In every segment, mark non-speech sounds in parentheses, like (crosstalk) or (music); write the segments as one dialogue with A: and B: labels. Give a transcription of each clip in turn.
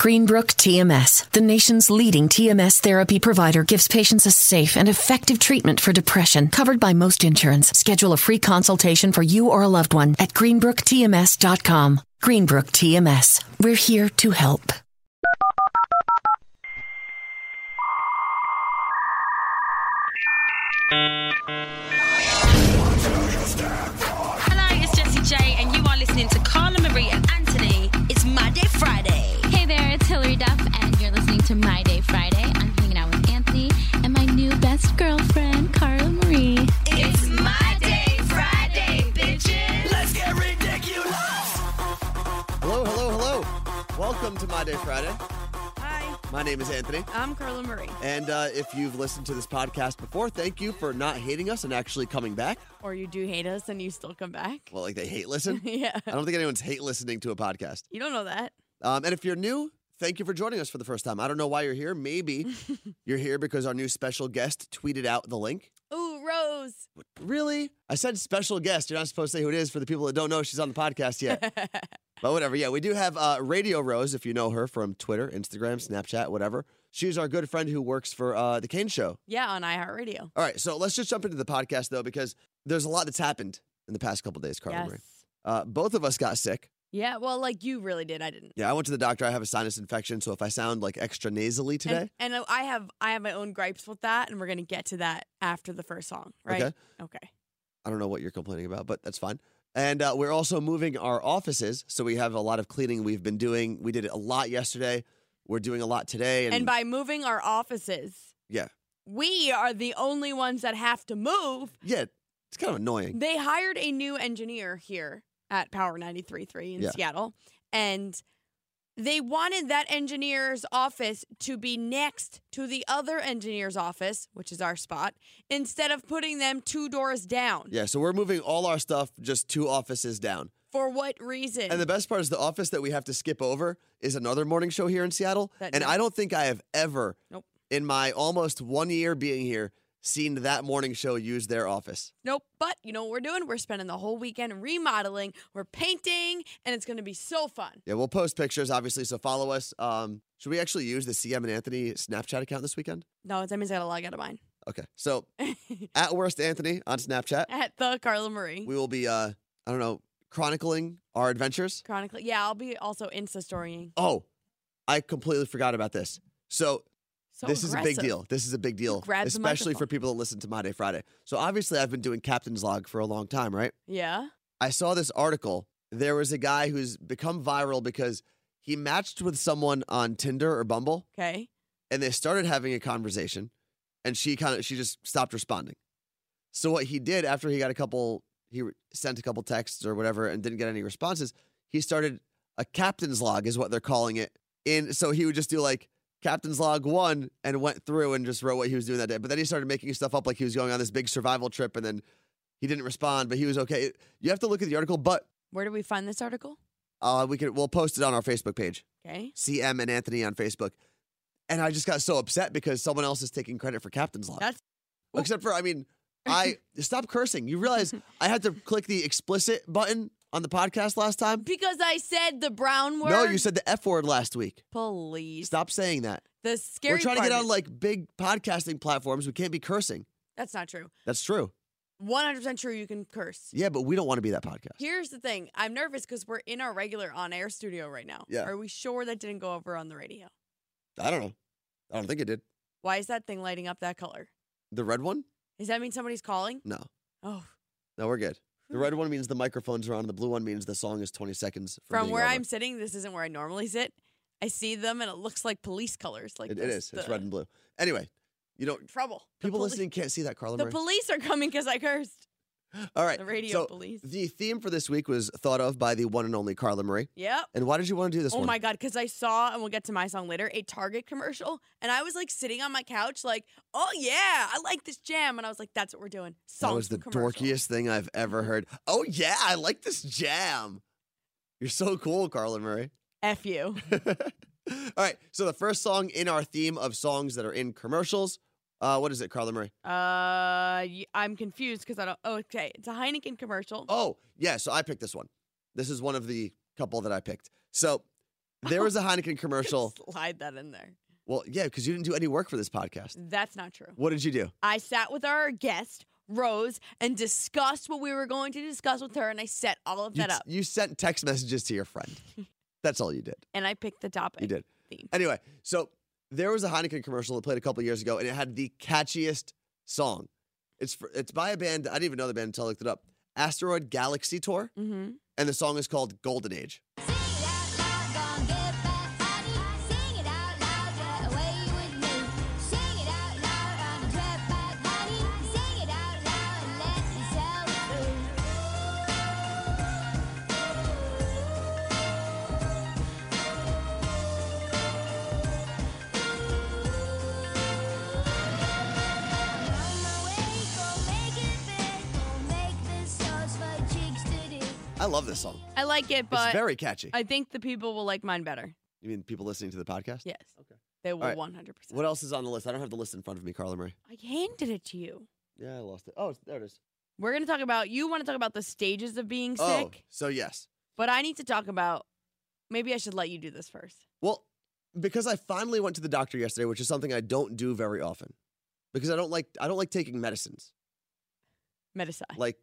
A: Greenbrook TMS, the nation's leading TMS therapy provider, gives patients a safe and effective treatment for depression covered by most insurance. Schedule a free consultation for you or a loved one at greenbrooktms.com. Greenbrook TMS, we're here to help.
B: Hello, it's Jessie J, and you are listening to Carla Marie and Anthony. It's My Day Friday.
C: Hey there, it's Hillary Duff, and you're listening to My Day Friday. I'm hanging out with Anthony and my new best girlfriend, Carla Marie.
B: It's My Day Friday, bitches.
D: Let's get ridiculous.
E: Hello, hello, hello. Welcome to My Day Friday.
F: Hi, Uh.
E: My name is Anthony.
F: I'm Carla Marie.
E: And uh, if you've listened to this podcast before, thank you for not hating us and actually coming back.
F: Or you do hate us and you still come back.
E: Well, like they hate
F: (laughs)
E: listen.
F: yeah.
E: I don't think anyone's hate listening to a podcast.
F: You don't know that.
E: Um, and if you're new, thank you for joining us for the first time. I don't know why you're here. Maybe you're here because our new special guest tweeted out the link.
F: Ooh, Rose.
E: Really? I said special guest. You're not supposed to say who it is for the people that don't know she's on the podcast yet. But whatever, yeah, we do have uh, Radio Rose, if you know her from Twitter, Instagram, Snapchat, whatever. She's our good friend who works for uh, The Kane Show.
F: yeah, on iHeartRadio.
E: All right, so let's just jump into the podcast, though, because there's a lot that's happened in the past couple days, Carla
F: Yes.
E: Marie. Uh, both of us got sick.
F: Yeah, well, like you really did. I didn't.
E: Yeah, I went to the doctor. I have a sinus infection, so if I sound like extra nasally today,
F: And, and I have I have my own gripes with that, and we're gonna get to that after the first song, right?
E: Okay.
F: Okay.
E: I don't know what you're complaining about, but that's fine. And uh, we're also moving our offices, so we have a lot of cleaning we've been doing. We did it a lot yesterday. We're doing a lot today. And,
F: And, by moving our offices,
E: yeah,
F: we are the only ones that have to move.
E: yeah, it's kind of annoying.
F: They hired a new engineer here at Power 93.3 in
E: Yeah.
F: Seattle, and they wanted that engineer's office to be next to the other engineer's office, which is our spot, instead of putting them two doors down.
E: Yeah, so we're moving all our stuff just two offices down.
F: For what reason?
E: And the best part is the office that we have to skip over is another morning show here in Seattle.
F: That
E: and
F: night.
E: I don't think I have ever,
F: Nope.
E: in my almost one year being here, seen that morning show use their office.
F: nope. But you know what we're doing? We're spending the whole weekend remodeling, we're painting, and it's going to be so fun.
E: Yeah, we'll post pictures, obviously, so follow us. Um, should we actually use the CM and Anthony Snapchat account this weekend?
F: No, that means I got to log out of mine.
E: Okay, so
F: (laughs)
E: at worst, Anthony on Snapchat,
F: At the Carla Marie.
E: we will be, uh, I don't know, chronicling our adventures.
F: Chronically. Yeah, I'll be also Insta storying.
E: Oh, I completely forgot about this. So
F: So
E: this is a
F: aggressive.
E: big deal. This is a big deal,
F: grabbed the
E: especially for
F: microphone.
E: people that listen to My Day Friday. So obviously, I've been doing Captain's Log for a long time, right?
F: Yeah.
E: I saw this article. There was a guy who's become viral because he matched with someone on Tinder or Bumble,
F: Okay.
E: and they started having a conversation, and she kind of she just stopped responding. So what he did after he got a couple, he re- sent a couple texts or whatever, and didn't get any responses. He started a captain's log, is what they're calling it. In so he would just do like captain's log one and went through and just wrote what he was doing that day. But then he started making stuff up like he was going on this big survival trip, and then he didn't respond, but he was okay. You have to look at the article, but
F: Where do we find this article?
E: uh, we could we'll post it on our Facebook page.
F: Okay.
E: CM and Anthony on Facebook. And I just got so upset because someone else is taking credit for Captain's Log.
F: That's-
E: Except for, I mean,
F: (laughs)
E: I stop cursing. You realize I had to click the explicit button on the podcast last time.
F: Because I said the brown word.
E: No, you said the F word last week.
F: police.
E: Stop saying that.
F: The scary
E: We're trying to
F: part
E: get
F: is-
E: on like big podcasting platforms. We can't be cursing.
F: That's not true.
E: That's true.
F: 100% true you can curse.
E: Yeah, but we don't want to be that podcast.
F: Here's the thing. I'm nervous because we're in our regular on-air studio right now.
E: Yeah.
F: Are we sure that didn't go over on the radio?
E: I don't know. I don't think it did.
F: Why is that thing lighting up that color?
E: The red one?
F: Does that mean somebody's calling?
E: No.
F: Oh,
E: No, we're good.
F: Hmm.
E: The red one means the microphones are on. The blue one means the song is 20 seconds from,
F: from
E: being
F: where
E: over.
F: I'm sitting, this isn't where I normally sit. I see them and it looks like police colors. Like
E: It- it
F: this-
E: is. It's
F: the
E: red and blue. Anyway, you don't.
F: Trouble. The
E: People
F: poli-
E: listening can't see that, Carla.
F: The
E: Marie.
F: police are coming because I cursed.
E: All right.
F: The radio
E: so
F: police.
E: the theme for this week was thought of by the one and only Carla Marie.
F: Yep.
E: And why did you want to do this
F: oh
E: one?
F: my god, because I saw, and we'll get to my song later, a Target commercial, and I was like sitting on my couch, like, oh yeah, I like this jam, and I was like, that's what we're doing. Song
E: that was the dorkiest thing I've ever heard. Oh yeah, I like this jam. You're so cool, Carla Murray.
F: F you.
E: (laughs) All right. So the first song in our theme of songs that are in commercials. Uh, what is it, Carla Murray?
F: Uh, y- I'm confused because I don't. Oh, okay, it's a Heineken commercial.
E: Oh yeah. So I picked this one. This is one of the couple that I picked. So There was a Heineken
F: (laughs)
E: commercial.
F: Slide that in there.
E: Well, yeah, because you didn't do any work for this podcast.
F: That's not true.
E: What did you do?
F: I sat with our guest, Rose, and discussed what we were going to discuss with her, and I set all of
E: You,
F: that
E: t-
F: up.
E: you sent text messages to your
F: (laughs)
E: friend. That's all you did.
F: And I picked the topic.
E: You did.
F: Theme.
E: Anyway, so there was a Heineken commercial that played a couple years ago, and it had the catchiest song. It's for, it's by a band I didn't even know the band until I looked it up. Asteroid Galaxy Tour,
F: Mm-hmm.
E: and the song is called Golden Age. I love this song.
F: I like it, but
E: it's very catchy.
F: I think the people will like mine better.
E: you mean people listening to the podcast?
F: Yes. Okay. They will
E: right.
F: 100%.
E: What else is on the list? I don't have the list in front of me, Carla Murray.
F: I handed it to you.
E: Yeah, I lost it. Oh, it's- there it is.
F: We're going to talk about, you want to talk about the stages of being
E: Oh,
F: sick,
E: so yes.
F: but I need to talk about, maybe I should let you do this first.
E: Well, because I finally went to the doctor yesterday, which is something I don't do very often, because I don't like I don't like taking
F: (laughs)
E: medicines.
F: Medicine.
E: Like,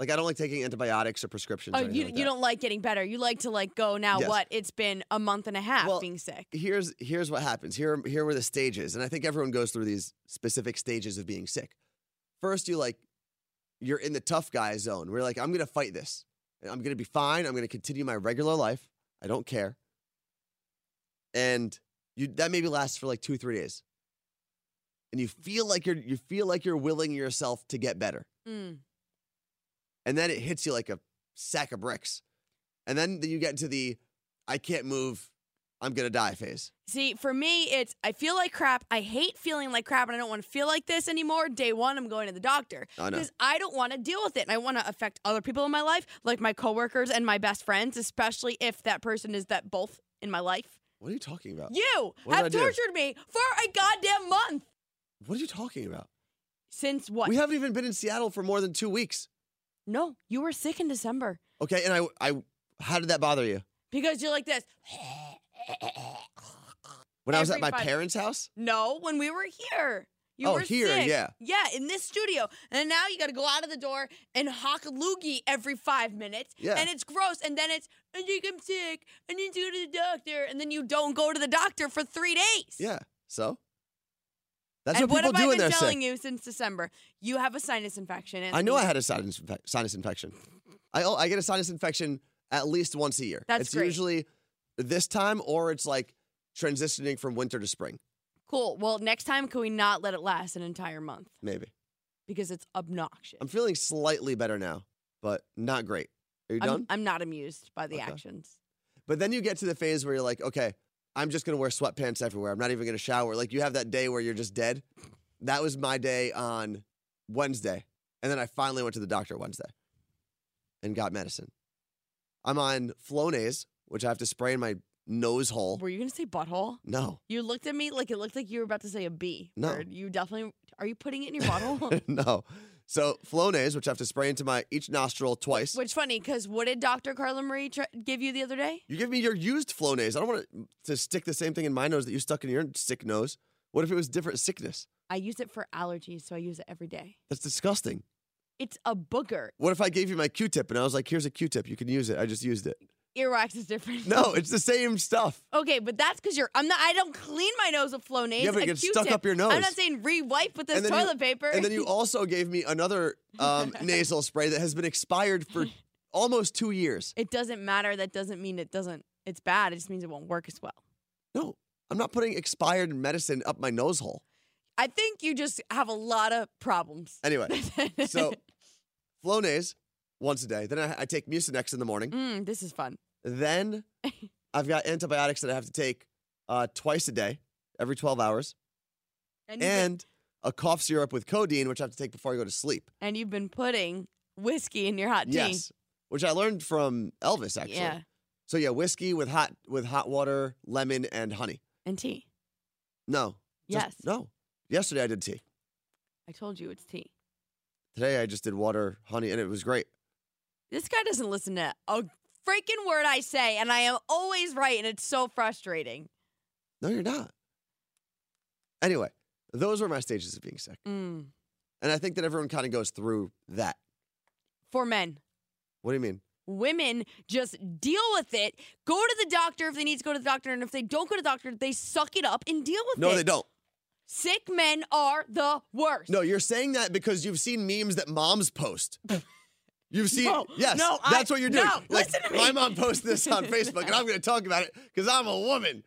E: like I don't like taking antibiotics or prescriptions.
F: Oh,
E: or anything
F: you,
E: like
F: you
E: that.
F: don't like getting better. You like to like go now.
E: Yes.
F: What? It's been a month and a half
E: Well,
F: being sick.
E: here's here's what happens. Here here were the stages, and I think everyone goes through these specific stages of being sick. First, you like you're in the tough guy zone. We're like, I'm gonna fight this. And I'm gonna be fine. I'm gonna continue my regular life. I don't care. And you that maybe lasts for like two three days. And you feel like you're you feel like you're willing yourself to get better,
F: Mm.
E: and then it hits you like a sack of bricks, and then you get into the I can't move, I'm gonna die phase.
F: See, for me, it's I feel like crap. I hate feeling like crap, and I don't want to feel like this anymore. Day one, I'm going to the doctor
E: I know.
F: because I don't want to deal with it, and I want to affect other people in my life, like my coworkers and my best friends, especially if that person is that both in my life.
E: What are you talking about?
F: You
E: What did I
F: have
E: do?
F: tortured me for a goddamn month
E: What are you talking about?
F: since what?
E: We haven't even been in Seattle for more than two weeks.
F: no, you were sick in December
E: Okay, and I, I, how did that bother you?
F: because you're like this. (laughs)
E: When I was at
F: Every
E: my
F: Friday.
E: parents' house,
F: No, when we were here. You
E: Oh,
F: were
E: here,
F: sick.
E: yeah.
F: Yeah, in this studio. And now you got to go out of the door and hawk a loogie every five minutes.
E: Yeah.
F: And it's gross. And then it's, I think I'm sick. I need to go to the doctor. And then you don't go to the doctor for three days.
E: yeah. So that's
F: and
E: what people
F: what, have
E: do
F: I
E: when they're
F: been telling
E: sick.
F: you since December? You have a sinus infection.
E: I know I had a sinus, infec- sinus infection. I, oh, I get a sinus infection at least once a year.
F: That's
E: it's
F: great.
E: usually this time or it's like transitioning from winter to spring,
F: Cool. Well, next time, can we not let it last an entire month?
E: maybe.
F: Because it's obnoxious.
E: I'm feeling slightly better now, but not great. Are you
F: I'm-
E: done?
F: I'm not amused by the
E: Okay.
F: actions.
E: But then you get to the phase where you're like, okay, I'm just gonna wear sweatpants everywhere. I'm not even gonna shower. Like you have that day where you're just dead. That was my day on Wednesday. And then I finally went to the doctor Wednesday and got medicine. I'm on Flonase, which I have to spray in my nose hole.
F: Were you going to say butthole?
E: (laughs) No.
F: You looked at me like it looked like you were about to say a B.
E: No.
F: word. You definitely are you putting
E: (laughs)
F: it in your bottle?
E: no. So Flonase, which I have to spray into my each nostril twice.
F: Which funny because what did Dr. Carla Marie tr- give you the other day?
E: You give me your used Flonase. I don't want it to stick the same thing in my nose that you stuck in your sick nose. What if it was different sickness?
F: I use it for allergies, so I use it every day.
E: That's disgusting.
F: It's a booger.
E: What if I gave you my Q-tip and I was like, "Here's a Q-tip. You can use it." I just used it.
F: (laughs) Earwax is different.
E: No, it's the same stuff.
F: Okay, but that's because you're. I'm not. I don't clean my nose with Flonase.
E: Yeah, but it
F: a
E: gets stuck
F: Q-tip.
E: up your nose.
F: I'm not saying re-wipe with this
E: And then you-
F: toilet paper.
E: And then you also gave me another um, nasal spray that has been expired for almost two years.
F: (laughs) it doesn't matter. That doesn't mean it doesn't. It's bad. It just means it won't work as well.
E: No, I'm not putting expired medicine up my nose hole.
F: I think you just have a lot of problems. (laughs)
E: Anyway, so Flonase once a day. Then I, I take Mucinex in the morning.
F: Mm, this is fun.
E: Then I've got antibiotics that I have to take uh, twice a day, every 12 hours,
F: And, you
E: and a cough syrup with codeine, which I have to take before I go to sleep.
F: and you've been putting whiskey in your hot tea.
E: Yes, which I learned from Elvis actually.
F: Uh, Yeah,
E: So yeah, whiskey with hot with hot water, lemon, and honey.
F: and tea.
E: No. just-
F: Yes.
E: No. Yesterday I did tea.
F: I told you it's tea.
E: Today I just did water, honey, and it was great.
F: This guy doesn't listen to a freaking word I say, and I am always right, and it's so frustrating.
E: No, you're not. Anyway, those were my stages of being sick.
F: Mm.
E: And I think that everyone kind of goes through that.
F: For men,
E: What do you mean?
F: women just deal with it. Go to the doctor if they need to go to the doctor, and if they don't go to the doctor, they suck it up and deal with it.
E: No, they don't.
F: Sick men are the worst.
E: No, you're saying that because you've seen memes that moms
F: (laughs)
E: post. You've seen,
F: No,
E: yes,
F: no, I-
E: that's what you're doing.
F: no,
E: like,
F: listen to me.
E: My mom posted this
F: (laughs)
E: on Facebook, and I'm going to talk about it because I'm a woman.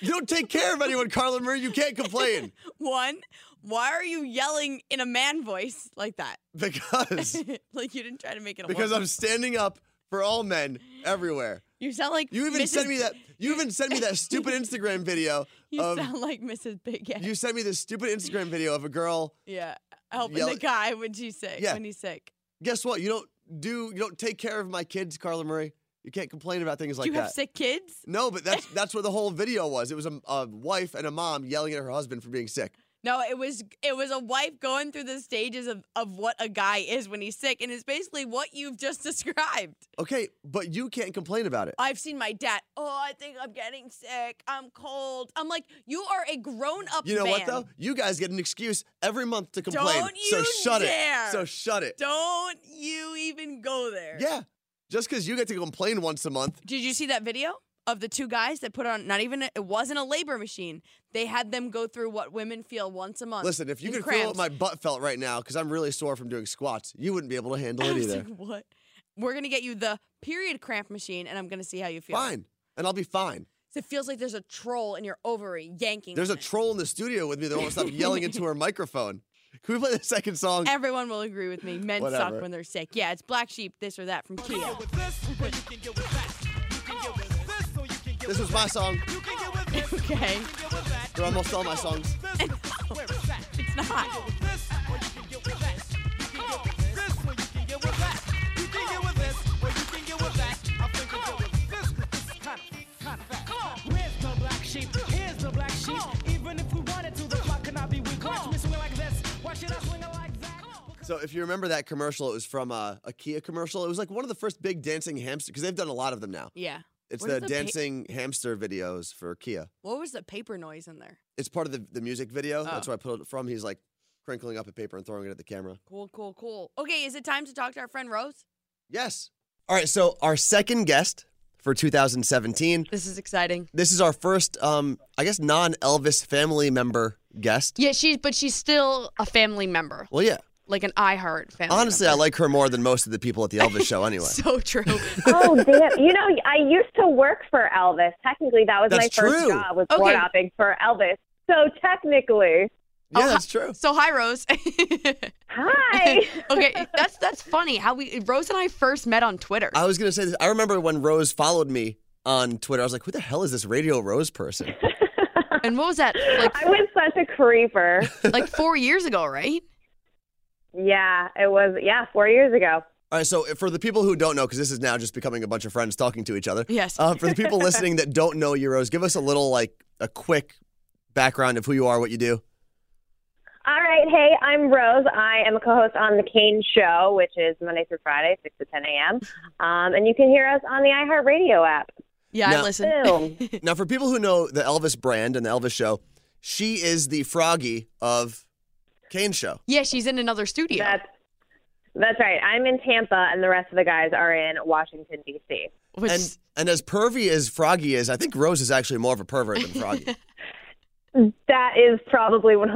E: You don't take care of anyone, Carla Marie. You can't complain
F: One, why are you yelling in a man voice like that? (laughs)
E: because
F: like you didn't try to make it a
E: because
F: woman.
E: I'm standing up for all men everywhere.
F: You sound like
E: You even
F: Mrs.
E: sent me that. You even sent me that
F: (laughs)
E: stupid Instagram video
F: You
E: of
F: sound like Mrs. Big Head.
E: you sent me this stupid Instagram video of a girl.
F: yeah, helping
E: Yell-
F: the guy when she's sick.
E: Yeah.
F: when he's sick.
E: Guess what? You don't do. You don't take care of my kids, Carla Marie. You can't complain about things like
F: Do you
E: that.
F: have sick kids?
E: No, but
F: (laughs)
E: that's that's where the whole video was. It was a, a wife and a mom yelling at her husband for being sick.
F: No, it was it was a wife going through the stages of of what a guy is when he's sick, and it's basically what you've just (laughs) described.
E: Okay, but you can't complain about it.
F: I've seen my dad. Oh, I think I'm getting sick. I'm cold. I'm like, you are a grown up.
E: You know
F: Oh, man.
E: what though? You guys get an excuse every month to complain.
F: Don't
E: so
F: you
E: shut
F: dare.
E: it. So shut it.
F: Don't you even go there.
E: Yeah. Just because you get to complain once a month.
F: Did you see that video of the two guys that put on not even it wasn't a labor machine. They had them go through what women feel once a month.
E: Listen, if you
F: in
E: could feel what
F: cramps. (laughs)
E: my butt felt right now, because I'm really sore from doing squats, you wouldn't be able to handle
F: I (laughs)
E: it
F: was
E: either.
F: like, what? We're gonna get you the period cramp machine, and I'm gonna see how you feel.
E: Fine. And I'll be fine.
F: 'Cause It feels like there's a troll in your ovary yanking.
E: There's a
F: on it.
E: troll in the studio with me that won't stop
F: (laughs)
E: yelling into her microphone. Can we play the second song?
F: Everyone will agree with me. Men suck
E: Whatever.
F: when they're sick. Yeah, it's black sheep, this or that from Kia.
E: (laughs)
D: With this, or you can get with that. You can get with this, or you can get
E: This
D: with
E: was my
D: that.
E: song.
D: You can get with this,
F: Okay,
D: you can get with that.
E: They're almost all my songs.
D: This, where it's at.
F: it's not.
D: With this, or you can get with that. You can get with this, or you can get with that. You can get with this, or you can get with that. I'm thinking get with this, 'cause this is kind of, kind of fat. Where's the black sheep? Here's the black sheep. Even if we wanted to, the clock cannot be weak. Watch me swing like this. Why should I swing it like that?
E: So if you remember that commercial, it was from uh, a, a Kia commercial. It was like one of the first big dancing hamster because they've done a lot of them now.
F: Yeah.
E: It's
F: What is
E: the,
F: the pa-
E: dancing hamster videos for Kia.
F: What was the paper noise in there?
E: It's part of the, the music video. That's
F: Oh.
E: where I put it from. He's like crinkling up a paper and throwing it at the camera.
F: Cool, cool, cool. Okay, is it time to talk to our friend Rose?
E: Yes. All right. So our second guest for 2017.
F: This is exciting.
E: This is our first, um, I guess, non-Elvis family member guest.
F: Yeah, she's but she's still a family member,
E: Well, yeah.
F: like an iHeart family.
E: Honestly, I like her more than most of the people at the Elvis show. Anyway.
F: So true.
G: oh damn! You know, I used to work for Elvis. Technically, that was
E: That's
G: my first
E: true.
G: job was
F: Okay.
G: floor hopping for Elvis. So technically,
E: yeah, that's true.
F: so hi, Rose. (laughs)
G: hi.
F: okay, that's that's funny how we Rose and I first met on Twitter.
E: I was gonna say this. I remember when Rose followed me on Twitter. I was like, "Who the hell is this Radio Rose person?"
F: and what was that
G: (laughs)
F: like?
G: I was such a creeper.
F: like four years ago, right?
G: yeah, it was. Yeah, four years ago.
E: All right. So for the people who don't know, because this is now just becoming a bunch of friends talking to each other.
F: Yes.
E: Uh, for the people listening that don't know you, Rose, give us a little like a quick background of who you are, what you do.
G: All right. Hey, I'm Rose. I am a co host on The Kane Show, which is Monday through Friday, 6 to 10 a.m. Um, and you can hear us on the iHeartRadio app.
F: yeah, I
E: Now-
F: listened. (laughs)
G: Boom.
E: Now, for people who know the Elvis brand and the Elvis show, she is the Froggy of Kane Show.
F: Yeah, she's in another studio.
G: That's, that's right. I'm in Tampa, and the rest of the guys are in Washington, D.C.
F: which
E: And and as pervy as Froggy is, I think Rose is actually more of a pervert than Froggy.
G: That is probably 100%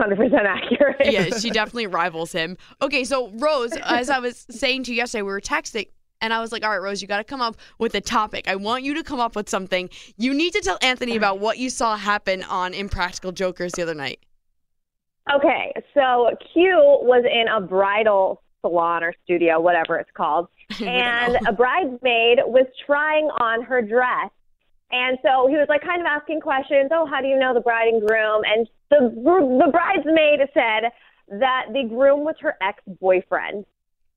G: accurate.
F: Mm. yeah, she definitely rivals him. Okay, so Rose, as I was saying to you yesterday, we were texting. And I was like, all right, Rose, you got to come up with a topic. I want you to come up with something. You need to tell Anthony about what you saw happen on Impractical Jokers the other night.
G: Okay, so Q was in a bridal salon or studio, whatever it's
F: (laughs)
G: called, and a bridesmaid was trying on her dress. And so he was like kind of asking questions. Oh, how do you know the bride and groom? And the the bridesmaid said that the groom was her ex boyfriend,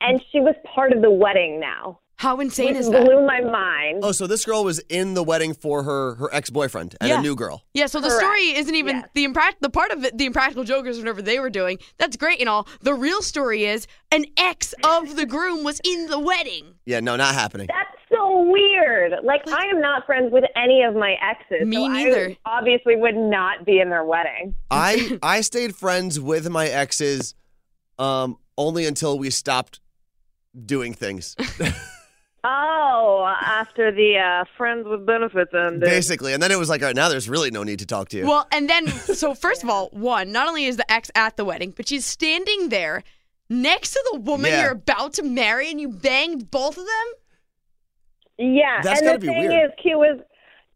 G: and she was part of the wedding now.
F: How insane
G: Which
F: is that?
G: blew my mind.
E: oh, so this girl was in the wedding for her her ex boyfriend and
F: Yeah.
E: a new girl.
F: Yeah, so the
G: Correct.
F: story isn't even
G: Yes.
F: the impract- the part of it, the impractical jokers whatever they were doing. That's great and all. The real story is an ex of the groom was in the wedding.
G: (laughs)
E: Yeah, no, not happening.
G: That's so so weird. Like, I am not friends with any of my exes.
F: Me
G: so I
F: neither.
G: obviously would not be in their wedding.
E: I I stayed friends with my exes um, only until we stopped doing things,
G: Oh, after the uh, friends with benefits ended.
E: basically. And then it was like, all right, now there's really no need to talk to you.
F: Well,
E: (laughs)
F: and then, so first of all, one, not only is the ex at the wedding, but she's standing there next to the woman
E: Yeah.
F: you're about to marry and you banged both of them?
G: Yeah,
E: That's
G: and
E: gotta be
G: the thing
E: weird.
G: is, Q was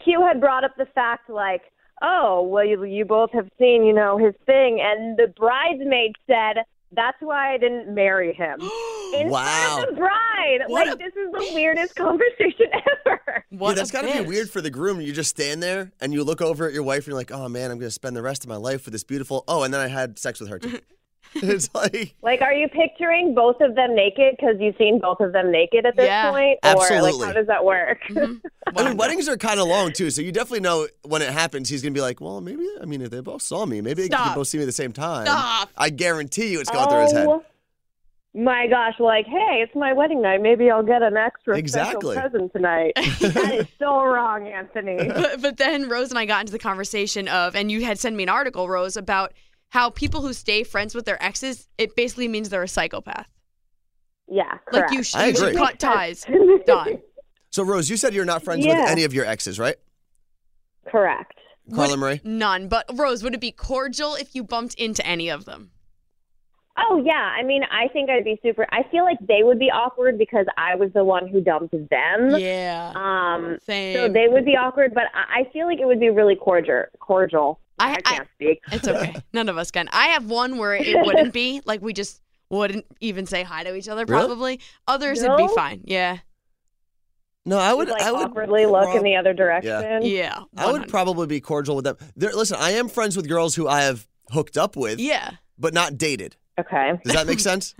G: Q had brought up the fact like, oh, well, you, you both have seen, you know, his thing, and the bridesmaid said that's why I didn't marry him.
E: (gasps)
G: In
E: Wow.
G: front of the bride,
F: What
G: like
F: a
G: this is the weirdest (laughs) conversation ever.
E: yeah,
F: What
E: that's
F: a
E: got to be
F: bitch.
E: weird for the groom. You just stand there and you look over at your wife and you're like, oh man, I'm going to spend the rest of my life with this beautiful. Oh, and then I had sex with her
F: (laughs)
E: too. it's like,
G: Like, are you picturing both of them naked because you've seen both of them naked at this
F: Yeah.
G: point, or
E: Absolutely.
G: like how does that work?
E: I mean, weddings are kind of long too, so you definitely know when it happens. He's gonna be like, "Well, maybe. I mean, if they both saw me, maybe they
F: Stop.
E: could both see me at the same time."
F: Stop.
E: I guarantee you, it's going through his head.
G: Oh, My gosh, like, hey, it's my wedding night. Maybe I'll get an extra
E: Exactly.
G: special
F: (laughs)
G: present tonight. that is so wrong, Anthony.
F: but, but then Rose and I got into the conversation of, and you had sent me an article, Rose, about how people who stay friends with their exes, it basically means they're a psychopath.
G: Yeah,
F: Like you,
G: correct.
F: sh-
E: I
F: you should
E: agree.
F: cut
G: (laughs)
F: ties. Done.
E: So, Rose, you said you're not friends
G: Yeah.
E: with any of your exes, right?
G: correct.
E: Carla Marie.
F: None. But Rose, would it be cordial if you bumped into any of them?
G: Oh yeah, I mean, I think I'd be super. I feel like they would be awkward because I was the one who dumped them.
F: Yeah.
G: Um,
F: Same.
G: so they would be awkward, but I I feel like it would be really cordial. Cordial.
F: I-
G: I can't speak.
E: (laughs)
F: It's okay. None of us can. I have one where it wouldn't be. Like we just wouldn't even say hi to each other.
E: Really?
F: Probably. Others would be
G: No?
F: fine. Yeah.
E: No, I would.
G: like
E: I would
G: awkwardly look in the other direction.
F: Yeah.
E: I would
F: 100.
E: probably be cordial with them. There, listen, I am friends with girls who I have hooked up with,
F: Yeah.
E: but not dated.
G: Okay.
E: Does that
G: (laughs)
E: make sense?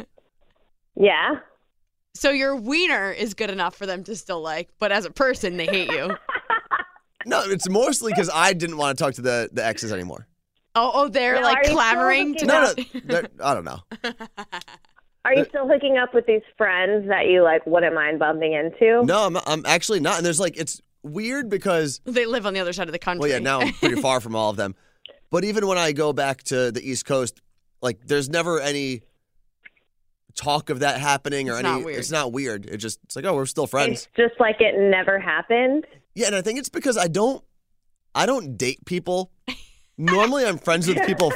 G: Yeah.
F: So your wiener is good enough for them to still like, but as a person, they
E: (laughs)
F: hate you.
E: no, it's mostly because I didn't want to talk to the the exes
G: (laughs)
E: anymore.
F: Oh, oh, they're
G: No, are
F: like
G: you still
F: clamoring to
G: looking
E: No,
F: not.
E: no, they're- I don't know.
G: Are
E: Uh,
G: you still hooking up with these friends that you like wouldn't mind bumping into?
E: No, I'm, I'm actually not. And there's like, it's weird because
F: (laughs) They live on the other side of the country.
E: Well, yeah, now I'm pretty far from all of
F: (laughs)
E: them. But even when I go back to the East Coast, like there's never any talk of that happening or
F: It's
E: any.
F: not weird.
E: It's not weird. It just it's like oh we're still friends.
G: It's just like it never happened.
E: yeah, and I think it's because I don't I don't date
F: (laughs)
E: people. Normally I'm friends with people.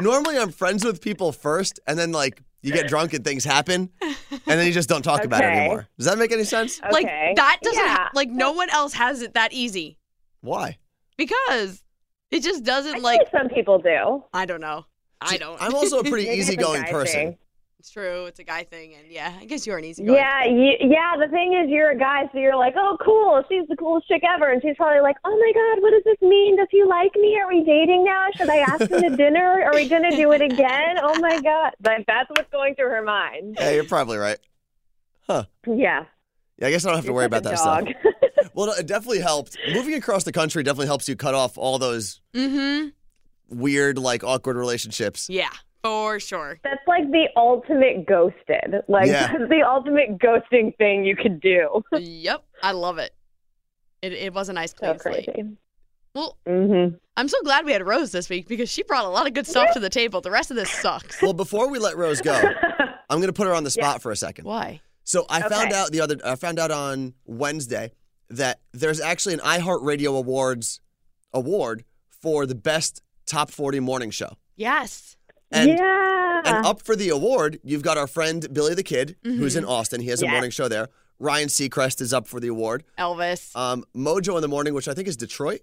E: Normally I'm friends with people first, and then like you get drunk and things
F: (laughs)
E: happen, and then you just don't talk about it
G: Okay.
E: anymore. Does that make any sense?
G: Okay.
F: like that doesn't
G: yeah.
F: ha- like no one else has it that easy
E: Why?
F: because it just
G: I
F: doesn't
G: feel
F: like
G: some people do.
F: I don't know. I don't.
E: I'm
F: (laughs)
E: also a pretty
G: Maybe it's a
E: easygoing
G: guy
E: person.
G: thing.
F: it's true. It's a guy thing, and yeah, I guess you're an easy.
G: Yeah, you, yeah. The thing is, you're a guy, so you're like, "Oh, cool! She's the coolest chick ever," and she's probably like, "Oh my god, what does this mean? Does he like me? Are we dating now? Should I ask
E: (laughs)
G: him to dinner? Are we gonna do it again? Oh my god!" Like that's what's going through her mind.
E: Yeah, you're probably right.
G: Yeah.
E: Yeah, I guess I don't have to worry about that stuff.
G: dog. (laughs)
E: Well, no, it definitely helped. Moving across the country definitely helps you cut off all those
F: Mm-hmm.
E: weird, like awkward relationships.
F: Yeah, for sure.
G: That's like the ultimate ghosted. Like
E: Yeah.
G: that's the ultimate ghosting thing you could do.
F: yep, I love it. It it was a nice
G: So (laughs)
F: clean slate.
G: crazy.
F: Well,
G: Mm-hmm.
F: I'm so glad we had Rose this week because she brought a lot of good stuff to the table. The rest of this sucks.
E: Well, before we let Rose
G: (laughs)
E: go, I'm going to put her on the spot for a second.
F: Why?
E: So I found
G: Okay.
E: out the other, I found out on Wednesday that there's actually an iHeartRadio Awards award for the best top 40 morning show.
F: Yes.
E: And,
G: yeah.
E: and up for the award, you've got our friend Billy the Kid,
G: Mm-hmm.
E: who's in Austin. He has a
G: Yeah.
E: morning show there. Ryan Seacrest is up for the award.
F: Elvis.
E: Um, Mojo in the Morning, which I think is Detroit.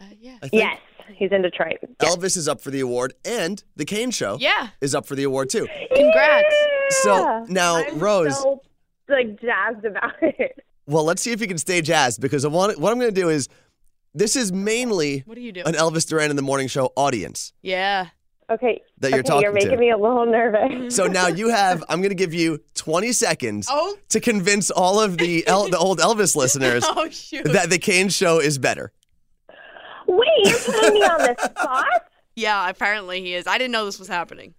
F: Uh, yeah.
E: I think.
G: yes, he's in Detroit.
E: Elvis is up for the award, and The Kane Show
F: Yeah.
E: is up for the award too.
F: Congrats.
E: So
G: Yeah.
E: now,
G: I'm
E: Rose,
G: so, like jazzed about
E: (laughs)
G: it.
E: well, let's see if you can stay jazzed because I want, what I'm going to do is this is mainly
F: What are you doing?
E: an Elvis Duran in the Morning Show audience
F: yeah.
G: Okay.
E: that you're
G: okay,
E: talking
G: You're making
E: to.
G: me a little nervous.
E: so now you have, I'm going to give you 20 seconds
F: Oh.
E: to convince all of the El- the old Elvis listeners
F: (laughs) Oh shoot.
E: that The Kane Show is better.
G: Wait, you're putting me on the (laughs) spot?
F: yeah. Apparently he is. I didn't know this was happening.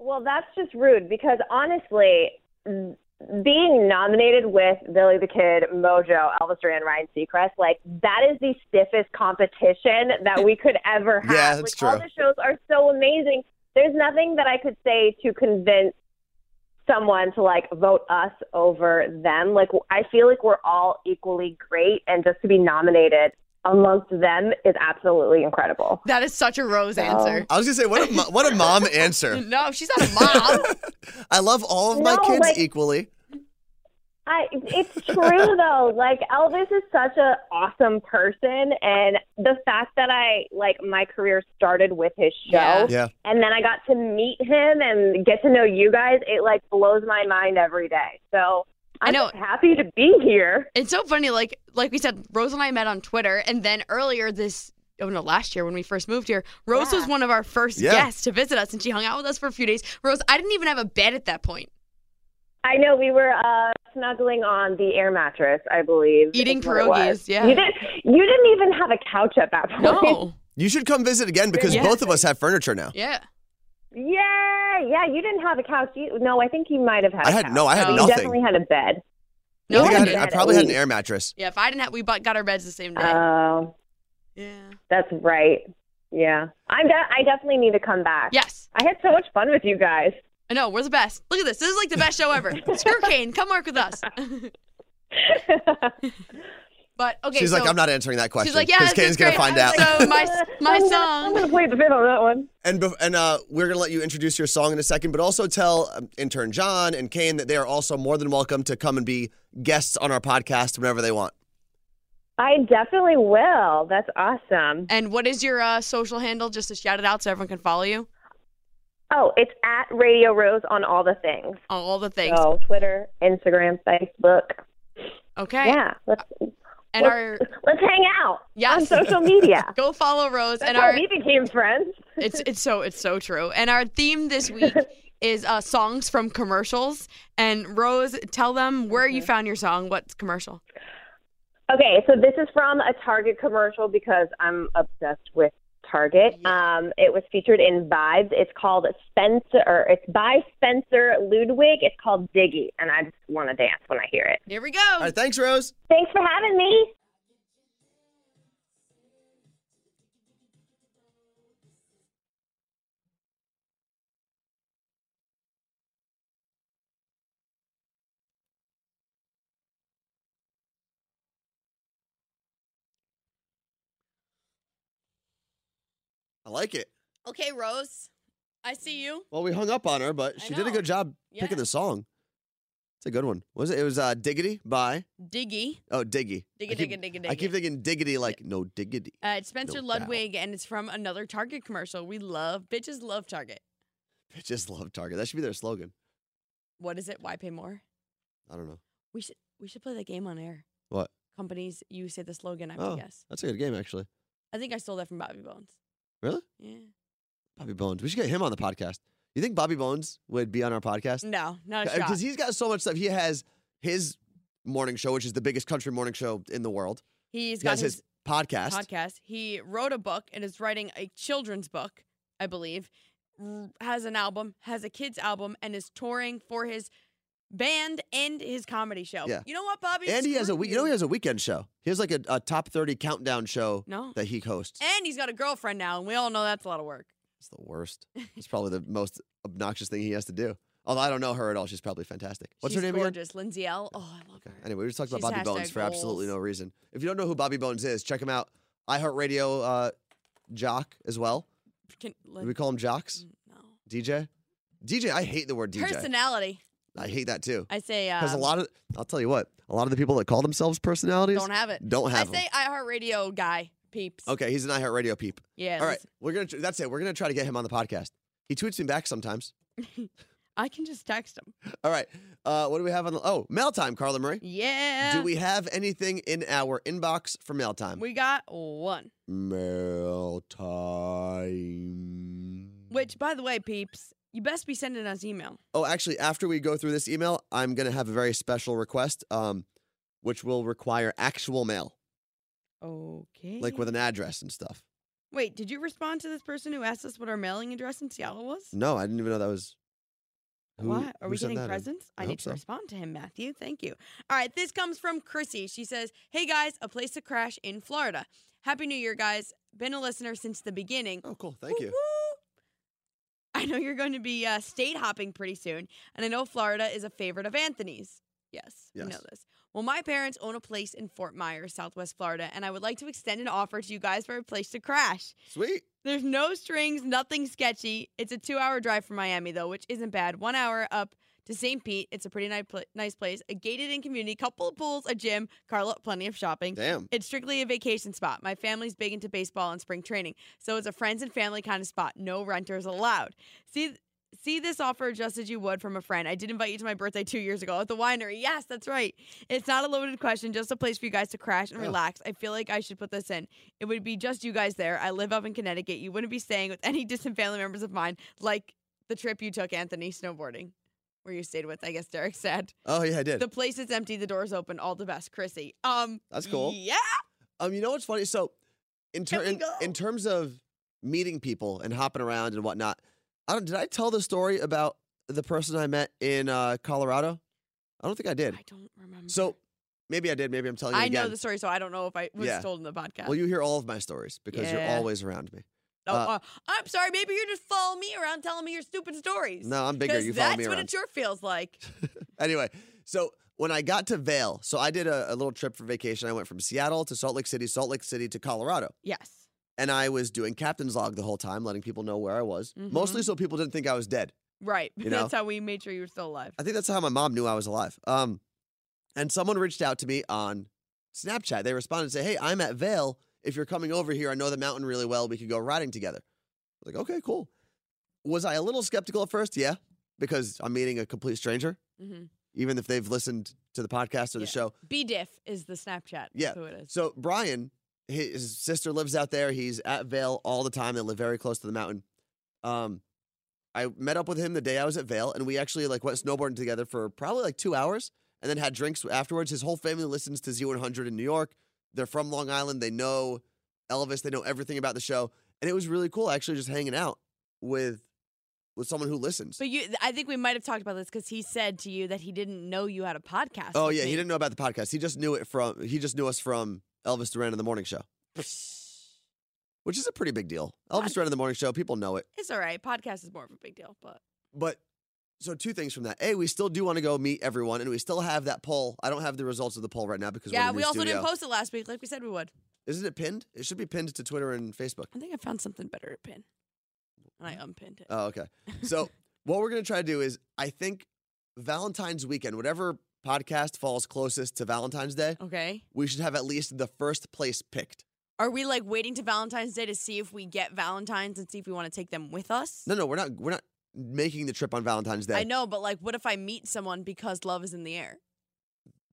G: Well, that's just rude because honestly, th- being nominated with Billy the Kid, Mojo, Elvis Duran, Ryan Seacrest, like that is the stiffest competition that we could ever
E: (laughs)
G: have.
E: Yeah, that's
G: like, All
E: true.
G: the shows are so amazing. There's nothing that I could say to convince someone to like vote us over them. Like I feel like we're all equally great, and just to be nominated amongst them is absolutely incredible.
F: That is such a Rose answer.
E: I was gonna say what a mo- what a mom answer.
F: (laughs) No, she's not a mom. (laughs)
E: I love all of my
G: No,
E: kids
G: like-
E: equally.
G: I, it's
F: (laughs)
G: true though. Like Elvis is such an awesome person, and the fact that I like my career started with his show,
F: Yeah.
E: Yeah.
G: and then I got to meet him and get to know you guys, it like blows my mind every day. So I'm
F: know.
G: just happy to be here.
F: It's so funny, like like we said, Rose and I met on Twitter, and then earlier this oh no, last year when we first moved here, Rose was one of our first
E: Yeah.
F: guests to visit us, and she hung out with us for a few days. Rose, I didn't even have a bed at that point.
G: I know we were uh, snuggling on the air mattress, I believe,
F: Eating
G: is what it was.
F: pierogies, yeah.
G: you didn't. You didn't even have a couch at that point. (laughs)
F: No,
E: You should come visit again because
F: Yeah.
E: both of us have furniture now.
F: Oh. yeah,
G: Yeah, yeah. You didn't have a couch. You, no, I think you might have had.
E: I
G: a
E: had-
G: couch.
E: no, I had
G: you
E: nothing.
G: definitely had a bed.
E: I,
F: no,
E: think I, had,
F: we
E: I
F: didn't.
E: probably had an air mattress.
F: yeah. If I didn't have, we bu- got our beds the same day.
G: Oh,
H: Uh,
F: yeah.
G: that's right. Yeah, I'm. De- I definitely need to come back.
F: Yes,
G: I had so much fun with
F: (laughs)
G: you guys.
F: I know. We're the best. Look at this. This is like the best
H: (laughs)
F: show ever. Screw Kane. Come work with us. (laughs) Oh, but okay,
E: she's
F: so
E: like, I'm not answering that question
F: She's like, yeah, this
E: Kane's
F: is
E: gonna
F: great.
E: find
F: I
E: out.
F: was like, So my
G: (laughs)
F: my
G: I'm
F: song.
G: gonna play the fifth on that one.
E: (laughs) and bef- and uh, we're gonna let you introduce your song in a second, but also tell um, intern John and Kane that they are also more than welcome to come and be guests on our podcast whenever they want.
G: I definitely will. That's awesome.
F: And what is your uh, social handle? Just to shout it out so everyone can follow you
G: Oh, it's at Radio Rose on all the things.
F: on all the things.
G: So Twitter, Instagram, Facebook.
F: Okay.
G: Yeah, let's
F: And our
G: let's hang out
F: Yes.
G: on social media.
F: go follow Rose (laughs) and
G: That's how
F: our
G: we became friends.
F: it's it's so it's so true. And our theme
H: (laughs)
F: this week is uh, songs from commercials. And Rose, tell them where you found your song, what commercial.
G: Okay, so this is from a Target commercial because I'm obsessed with Target. Um, it was featured in Vibes. It's called Spencer, or it's by Spencer Ludwig. It's called Diggy, and I just want to dance when I hear it.
F: Here we go.
E: All right, thanks, Rose.
G: Thanks for having me.
E: I like it.
H: Okay, Rose, I see you.
E: Well, we hung up on her, but
H: I
E: she did a
H: know.
E: good job
H: Yeah.
E: picking the song. It's a good one. What was it? It was uh, Diggity by
H: Diggy.
E: oh Diggy. I
H: Digga,
E: keep-
H: digga, digga,
E: I keep
H: digga.
E: thinking Diggity like no diggity.
H: Uh, it's Spencer
E: No doubt.
H: Ludwig, and it's from another Target commercial. We love, bitches love Target.
E: Bitches love Target. That should be their slogan.
H: What is it? Why pay more?
E: I don't know
H: We should we should play that game on air.
E: what.
H: Companies, you say the slogan. I would
E: Oh,
H: guess.
E: that's a good game actually.
H: I think I stole that from Bobby Bones.
E: Really,
H: Yeah.
E: Bobby Bones. We should get him on the podcast. You think Bobby Bones would be on our podcast?
H: No, not a shot.
E: because he's got so much stuff. He has his morning show, which is the biggest country morning show in the world.
H: he's
E: he
H: got
E: has
H: his,
E: his, podcast.
H: podcast. He wrote a book and is writing a children's book, I believe. R- Has an album, has a kids album, and is touring for his band and his comedy show.
E: Yeah.
H: You know what, Bobby?
E: and he has a
H: Screw
E: week. You know he
H: you.
E: has a weekend show. He has like a, a top thirty countdown show
H: No.
E: that he hosts.
H: And he's got a girlfriend now, and we all know that's a lot of work.
E: It's
H: (laughs)
E: the worst. It's probably the most obnoxious thing he has to do. Although I don't know her at all. She's probably fantastic. What's
H: She's
E: her name again?
H: gorgeous. Lindsay L. Oh, I love her.
E: Anyway, we just talked about
H: She's
E: Bobby Bones
H: hashtag
E: for absolutely
H: goals.
E: no reason. If you don't know who Bobby Bones is, check him out. iHeartRadio uh, jock as well.
H: Can, let,
E: Do we call him jocks?
H: no.
E: DJ? DJ, I hate the word DJ.
H: Personality.
E: I hate that too.
H: I say. Um,
E: Because a lot of, I'll tell you what, a lot of the people that call themselves personalities
H: don't have it.
E: Don't have
H: I
E: them.
H: say iHeartRadio guy peeps.
E: Okay, he's an iHeartRadio peep.
H: Yeah.
E: All right,
H: listen-
E: we're gonna. tr- That's it. We're gonna try to get him on the podcast. He tweets me back sometimes.
H: I can just text him.
E: All right, uh, what do we have on the? Oh, mail time, Carla Murray.
H: Yeah.
E: Do we have anything in our inbox for mail time?
H: We got one.
E: mail time.
H: Which, by the way, peeps, you best be sending us email.
E: Oh, actually, after we go through this email, I'm gonna have a very special request, um, which will require actual mail,
H: Okay.
E: like with an address and stuff.
H: Wait, did you respond to this person who asked us what our mailing address in Seattle was?
E: No, I didn't even know that was. Who-
F: what? Are
E: who
F: we
E: sent
F: getting
E: that in?
F: presents? I,
E: I
F: need
E: hope
F: to
E: so.
F: respond to him, Matthew. Thank you. All right, this comes from Chrissy. She says, Hey guys, a place to crash in Florida. Happy New Year, guys. Been a listener since the beginning.
E: Oh, cool. Thank you.
F: Woo-woo. I know you're going to be uh, state hopping pretty soon, and I know Florida is a favorite of Anthony's. Yes, I know
E: Yes.
F: this. Well, my parents own a place in Fort Myers, Southwest Florida, and I would like to extend an offer to you guys for a place to crash.
E: Sweet.
F: There's no strings, nothing sketchy. It's a two-hour drive from Miami, though, which isn't bad. One hour up to St. Pete. It's a pretty nice, pla- nice place. A gated-in community, couple of pools, a gym, Carla, plenty of shopping.
E: Damn.
F: It's strictly a vacation spot. My family's big into baseball and spring training, so it's a friends and family kind of spot. No renters allowed. See. See this offer just as you would from a friend. I did invite you to my birthday two years ago at the winery. Yes, that's right. It's not a loaded question, just a place for you guys to crash and
E: Yeah.
F: relax. I feel like I should put this in. It would be just you guys there. I live up in Connecticut. You wouldn't be staying with any (laughs) distant family members of mine, like the trip you took, Anthony, snowboarding, where you stayed with, I guess Derek said.
E: Oh yeah, I did.
F: The place is empty, the door's open. All the best, Chrissy. Um,
E: That's cool.
F: Yeah.
E: Um, you know what's funny? So, in, ter-
F: Here we
E: in,
F: go.
E: in terms of meeting people and hopping around and whatnot, I don't. Did I tell the story about the person I met in uh, Colorado? I don't think I did.
F: I don't remember.
E: So maybe I did. Maybe I'm telling you
F: I
E: again.
F: know the story, so I don't know if I was
E: Yeah.
F: told in the podcast.
E: Well, you hear all of my stories because you're
F: Yeah.
E: always around me.
F: oh,
E: uh,
F: uh, I'm sorry. Maybe you're just following me around, telling me your stupid stories.
E: No, I'm bigger.
F: 'Cause
E: You follow
F: that's
E: me
F: what
E: around.
F: it sure
E: (laughs)
F: feels like.
E: anyway, so when I got to Vail, so I did a, a little trip for vacation. I went from Seattle to Salt Lake City, Salt Lake City to Colorado.
F: yes.
E: And I was doing captain's log the whole time, letting people know where I was, mostly so people didn't think I was dead.
F: Right.
E: You
F: (laughs) that's
E: know?
F: how we made sure you were still alive.
E: I think that's how my mom knew I was alive. Um, and someone reached out to me on Snapchat. They responded and said, Hey, I'm at Vail. If you're coming over here, I know the mountain really well. We could go riding together. I was like, okay, cool. Was I a little skeptical at first? Yeah, because I'm meeting a complete stranger,
F: hmm
E: even if they've listened to the podcast or the
F: Yeah.
E: show.
F: B diff is the Snapchat.
E: Yeah.
F: So it is.
E: So Brian, his sister lives out there. He's at Vale all the time. They live very close to the mountain. Um, I met up with him the day I was at Vale, and we actually like went snowboarding together for probably like two hours, and then had drinks afterwards. His whole family listens to Z100 in New York. They're from Long Island. They know Elvis. They know everything about the show, and it was really cool actually just hanging out with with someone who listens.
F: But you, I think we might have talked about this because he said to you that he didn't know you had a podcast.
E: Oh
F: with
E: yeah,
F: me.
E: he didn't know about the podcast. He just knew it from he just knew us from Elvis Duran and the Morning
F: (sighs)
E: Show, which is a pretty big deal. Elvis Duran and the Morning Show, people know it.
F: It's all right. Podcast is more of a big deal, but
E: But so two things from that: a, we still do want to go meet everyone, and we still have that poll. I don't have the results of the poll right now because we're in
F: yeah,
E: a
F: we
E: new
F: also didn't
E: studio.
F: post it last week like we said we would.
E: Isn't it pinned? It should be pinned to Twitter and Facebook.
F: (laughs) I think I found something better to pin, and I unpinned it.
E: Oh, okay. So what we're gonna try to do is, I think Valentine's weekend, whatever podcast falls closest to Valentine's Day,
F: okay.
E: we should have at least the first place picked.
F: Are we like waiting to Valentine's Day to see if we get Valentines and see if we want to take them with us?
E: No, no, we're not. We're not making the trip on Valentine's Day.
F: I know, but like, what if I meet someone because love is in the air?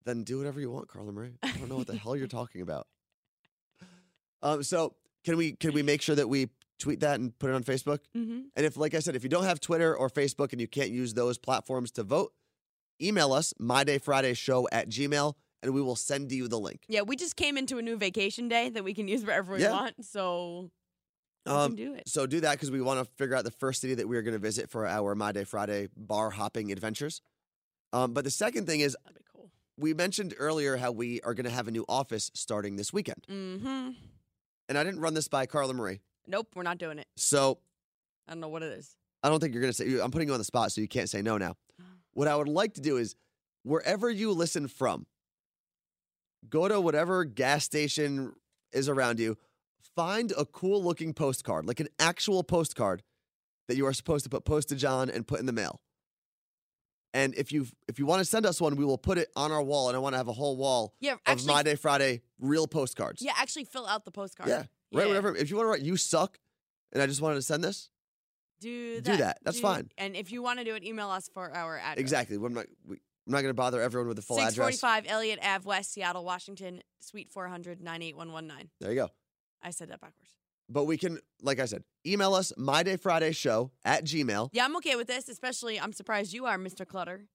E: Then do whatever you want, Carla Marie. I don't know what the hell
F: (laughs)
E: you're talking about. Um, so can we can we make sure that we tweet that and put it on Facebook?
F: Mm-hmm.
E: And if, like I said, if you don't have Twitter or Facebook and you can't use those platforms to vote, email us mydayfridayshow at gmail and we will send you the link.
F: Yeah, we just came into a new vacation day that we can use wherever we
E: Yeah.
F: want, so we
E: Um,
F: can do it.
E: So do that because we want to figure out the first city that we are going to visit for our My Day Friday bar hopping adventures. Um, but the second thing is,
F: That'd be cool.
E: we mentioned earlier how we are going to have a new office starting this weekend.
F: Mm-hmm.
E: and I didn't run this by Carla Marie.
F: Nope, we're not doing it.
E: So
F: I don't know what it is.
E: I don't think you're going to say, you- I'm putting you on the spot, so you can't say no now. What I would like to do is wherever you listen from, go to whatever gas station is around you, find a cool looking postcard, like an actual postcard that you are supposed to put postage on and put in the mail. And if you if you want to send us one, we will put it on our wall, and I want to have a whole wall
F: Yeah,
E: of
F: actually,
E: My Day Friday real postcards.
F: yeah, actually fill out the postcard.
E: Yeah, Right, whatever. If you want to write, you suck, and I just wanted to send this.
F: Do
E: Do
F: that.
E: that. That's fine.
F: And if you want to do it, email us for our address.
E: Exactly. We're not, we, I'm not going to bother everyone with the full address.
F: 645 Elliott Ave, West Seattle, Washington, Suite 400, 98119.
E: There you go.
F: I said that backwards.
E: But we can, like I said, email us mydayfridayshow at gmail.
F: Yeah, I'm okay with this, especially I'm surprised you are, Mr. Clutter.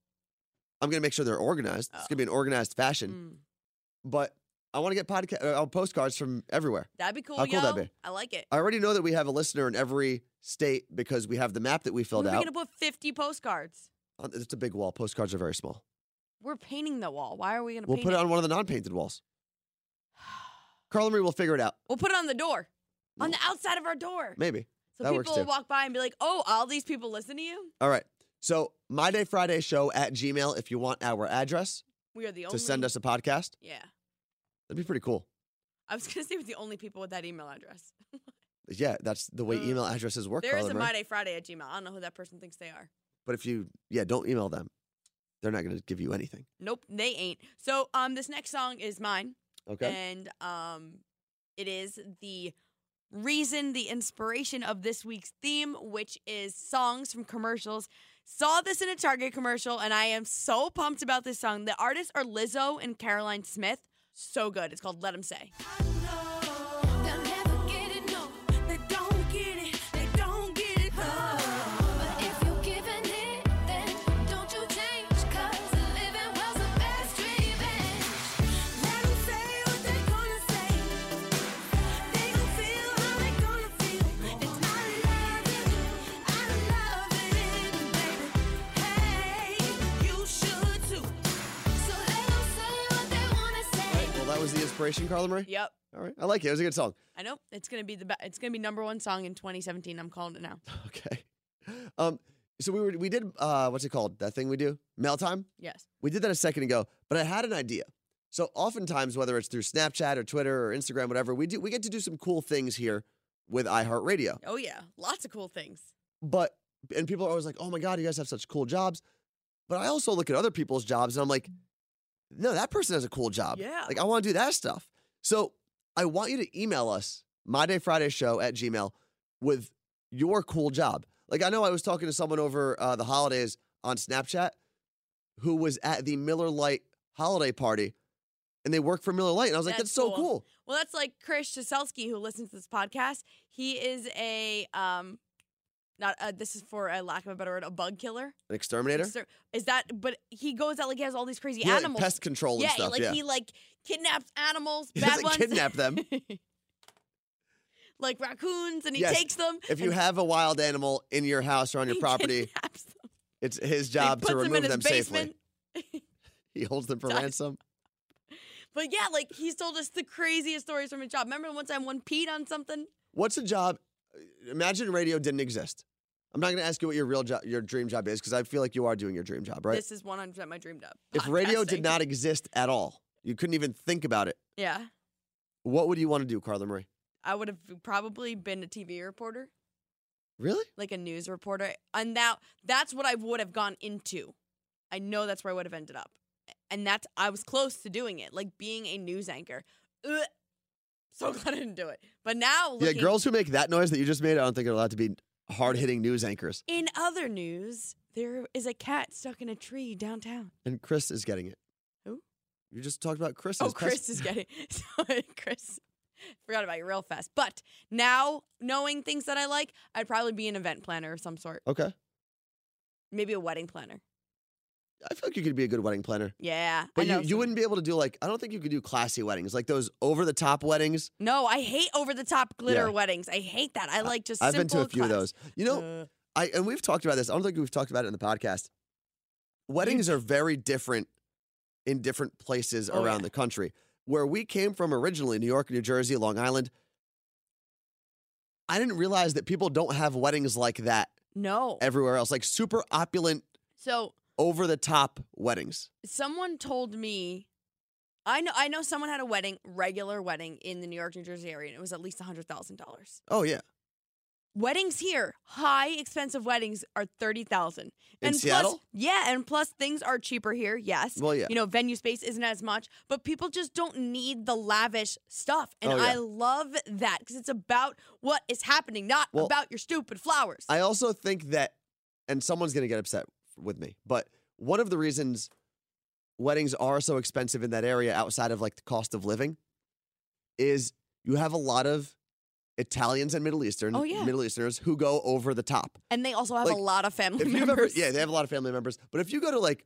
E: I'm going to make sure they're organized. It's going to be an organized fashion.
F: Oh. Mm.
E: But I want to get podcast uh, postcards from everywhere.
F: That'd be cool,
E: How cool
F: yo.
E: that'd be?
F: I like it.
E: I already know that we have a listener in every state because we have the map that we filled
F: We're
E: out.
F: going to put 50 postcards.
E: Uh, It's a big wall. Postcards are very small.
F: We're painting the wall. Why are we going to
E: We'll
F: paint
E: put it on one of the non-painted
F: (sighs)
E: walls. Carla Marie will figure it out.
F: We'll put it on the door, on the outside of our door.
E: Maybe.
F: So
E: that
F: people
E: works
F: will
E: too.
F: walk by and be like, oh, all these people listen to you?
E: All right. So my day Friday show at Gmail if you want our address
F: We are the only.
E: to send us a podcast.
F: (laughs) Yeah.
E: That'd be pretty cool.
F: I was going to say we're the only people with that email address.
E: Yeah, that's the way
F: Uh,
E: email addresses work,
F: there is
E: Carla
F: a
E: Marie.
F: My Day Friday at Gmail. I don't know who that person thinks they are.
E: but if you yeah, don't email them. They're not gonna give you anything.
F: Nope, they ain't. So um, this next song is mine.
E: Okay.
F: And um, it is the reason, the inspiration of this week's theme, which is songs from commercials. Saw this in a Target commercial, and I am so pumped about this song. The artists are Lizzo and Caroline Smith. So good. It's called Let 'Em Say.
E: All right. Well, that was the inspiration, Carla Marie.
F: Yep.
E: All right. I like it. It was a good song. (laughs)
F: I know it's gonna be the be- it's gonna be number one song in 2017. I'm calling it now.
E: Okay. Um, so we were we did uh what's it called? That thing we do? Mail time?
F: Yes.
E: We did that a second ago, but I had an idea. So oftentimes, whether it's through Snapchat or Twitter or Instagram, whatever, we do we get to do some cool things here with iHeartRadio.
F: Oh yeah, lots of cool things.
E: But and people are always like, Oh my god, you guys have such cool jobs. But I also look at other people's jobs and I'm like, no, that person has a cool job.
F: Mm. Yeah.
E: Like I want to do that stuff. So I want you to email us, mydayfridayshow at gmail, with your cool job. Like I know I was talking to someone over uh, the holidays on Snapchat who was at the Miller Lite holiday party and they work for Miller Lite. And I was like, that's,
F: That's
E: so
F: cool.
E: cool.
F: Well, that's like Chris Cheselsky, who listens to this podcast. He is a um, not uh this is for a lack of a better word, a bug killer.
E: An exterminator?
F: Is, there- is that? But he goes out like he has all these crazy
E: yeah, like
F: animals.
E: pest control and
F: yeah,
E: stuff.
F: like
E: yeah.
F: he like kidnaps animals,
E: (laughs) He
F: bad
E: doesn't
F: ones.
E: kidnap them.
F: like raccoons, and he
E: Yes.
F: takes them.
E: if you
F: and
E: have a wild animal in your house or on your
F: (laughs) he
E: property,
F: kidnaps them.
E: it's his
F: He
E: job
F: puts
E: to
F: them
E: remove
F: in his
E: them safely.
F: basement.
E: He holds them for
F: Does.
E: ransom.
F: But yeah, like he's told us the craziest stories from his job. Remember one time one peed on something?
E: What's a job? Imagine radio didn't exist. I'm not going to ask you what your real job, your dream job is, because I feel like you are doing your dream job, right?
F: This is 100% my dream job.
E: if radio did
F: Podcasting.
E: not exist at all, you couldn't even think about it.
F: Yeah.
E: What would you want to do, Carla Marie?
F: I would have probably been a TV reporter,
E: Really?
F: like a news reporter, and that that's what I would have gone into. I know that's where I would have ended up, and that's I was close to doing it, like being a news anchor. Ugh. So (laughs) glad I didn't do it. But now, looking,
E: Yeah, girls who make that noise that you just made, I don't think are allowed to be hard hitting news anchors.
F: In other news, there is a cat stuck in a tree downtown.
E: And Chris is getting it.
F: Who?
E: You just talked about Chris.
F: Oh,
E: as pest- (laughs)
F: Chris is getting (laughs) sorry, Chris. Forgot about you real fast. But now, knowing things that I like, I'd probably be an event planner of some sort,
E: Okay.
F: maybe a wedding planner.
E: I feel like you could be a good wedding planner.
F: Yeah, I
E: But
F: know
E: you, you
F: some-
E: wouldn't be able to do like I don't think you could do classy weddings like those over the top weddings.
F: No, I hate over the top glitter
E: Yeah.
F: weddings. I hate that. I like just.
E: I've been to a
F: simple
E: few of
F: class-
E: those. You know,
F: Uh,
E: I and we've talked about this. I don't think we've talked about it in the podcast. Weddings are very different in different places
F: Mm. Oh,
E: around
F: yeah.
E: the country. Where we came from originally, New York, New Jersey, Long Island, I didn't realize that people don't have weddings like that
F: no.
E: everywhere else. Like super opulent,
F: So
E: over the top weddings.
F: someone told me, I know, I know, someone had a wedding, regular wedding in the New York, New Jersey area, and it was at least hundred thousand dollars.
E: Oh yeah.
F: Weddings here, high expensive weddings are thirty thousand.
E: In
F: and Plus,
E: Seattle?
F: yeah, and plus things are cheaper here. Yes.
E: Well, yeah.
F: You know, venue space isn't as much, but people just don't need the lavish stuff, and
E: Oh, yeah.
F: I love that because it's about what is happening, not
E: Well,
F: about your stupid flowers.
E: I also think that, and someone's going to get upset with me, but one of the reasons weddings are so expensive in that area outside of like the cost of living is you have a lot of Italians and Middle Eastern,
F: Oh, yeah.
E: Middle Easterners who go over the
F: (laughs)
E: top.
F: And they also have
E: Like,
F: a lot of family
E: If you've ever,
F: members.
E: yeah, they have a lot of family members, but if you go to like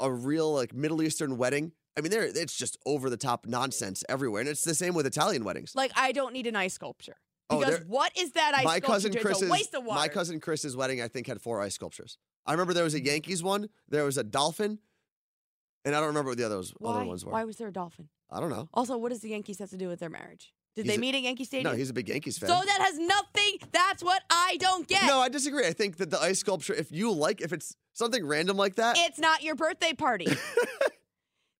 E: a real like Middle Eastern wedding, I mean, there it's just over the top nonsense everywhere, and it's the same with Italian weddings.
F: like I don't need an ice sculpture.
E: Oh,
F: Because
E: there-
F: what is that ice
E: my
F: sculpture?
E: cousin
F: It's
E: Chris's
F: a waste of water. Mm.
E: my cousin Chris's wedding I think had four ice sculptures. I remember there was a Yankees one, there was a dolphin, and I don't remember what the others
F: Why?
E: other ones were.
F: Why was there a dolphin?
E: I don't know.
F: Also, what does the Yankees have to do with their marriage? Did
E: He's
F: they
E: a-
F: meet at Yankee Stadium?
E: No, he's a big Yankees fan.
F: so that has nothing. That's what I don't get.
E: No, I disagree. I think that the ice sculpture, if you like, if it's something random like that,
F: (laughs) it's not your birthday (laughs) party.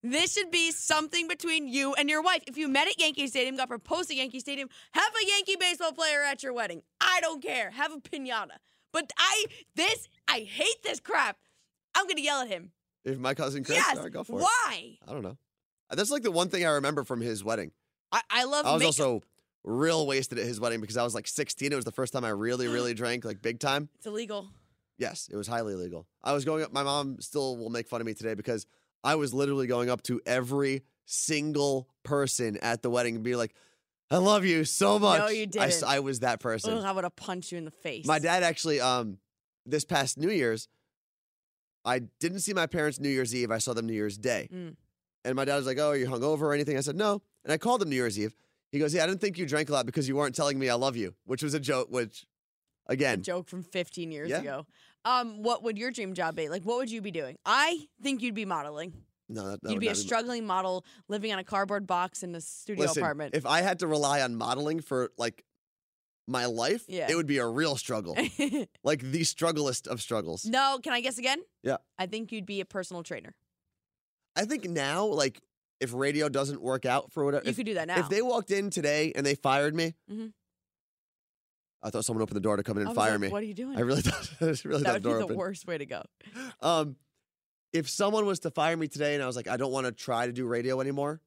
F: this should be something between you and your wife. If you met at Yankee Stadium, got proposed at Yankee Stadium, have a Yankee baseball player at your wedding. I don't care. Have a pinata. But I this I hate this crap. I'm gonna yell at him.
E: if my cousin Chris,
F: yes.
E: all right, go for
F: Why?
E: it. I don't know. That's like the one thing I remember from his wedding.
F: I, I love.
E: I was
F: makeup.
E: also real wasted at his wedding because I was like 16. It was the first time I
F: (gasps)
E: really, really drank, like big time.
F: It's illegal.
E: Yes, it was highly illegal. I was going up. My mom still will make fun of me today because I was literally going up to every single person at the wedding and be like, "I love you so much."
F: you
E: I s-
F: didn't.
E: I, was that person.
F: Ugh, I would have punched you in the face.
E: My dad actually, um, this past New Year's, I didn't see my parents New Year's Eve. I saw them New Year's Day.
F: Mm.
E: And my dad was like, Oh, are you hungover or anything? I said, No. And I called him New Year's Eve. He goes, Yeah, I didn't think you drank a lot because you weren't telling me I love you, which was a joke, which,
F: a
E: again,
F: joke from 15 years
E: Yeah.
F: ago. Um, what would your dream job be? Like, what would you be doing? I think you'd be modeling.
E: no, that, that
F: You'd
E: would
F: be a
E: not
F: struggling model living on a cardboard box in a studio
E: Listen,
F: apartment.
E: If I had to rely on modeling for like my life,
F: Yeah.
E: it would be a real
F: (laughs)
E: struggle. like the strugglest of struggles.
F: no, can I guess again?
E: Yeah.
F: I think you'd be a personal trainer.
E: I think now, like, if radio doesn't work out for whatever,
F: You
E: Uh, if,
F: could do that now.
E: if they walked in today and they fired me,
F: Mhm.
E: I thought someone opened the door to come in
F: I
E: and
F: was
E: fire
F: like,
E: me.
F: What are you doing?
E: I really (laughs) thought, I just really
F: that
E: thought
F: would
E: the door
F: be the
E: opened.
F: worst way to go.
E: Um, if someone was to fire me today and I was like, I don't want to try to do radio anymore,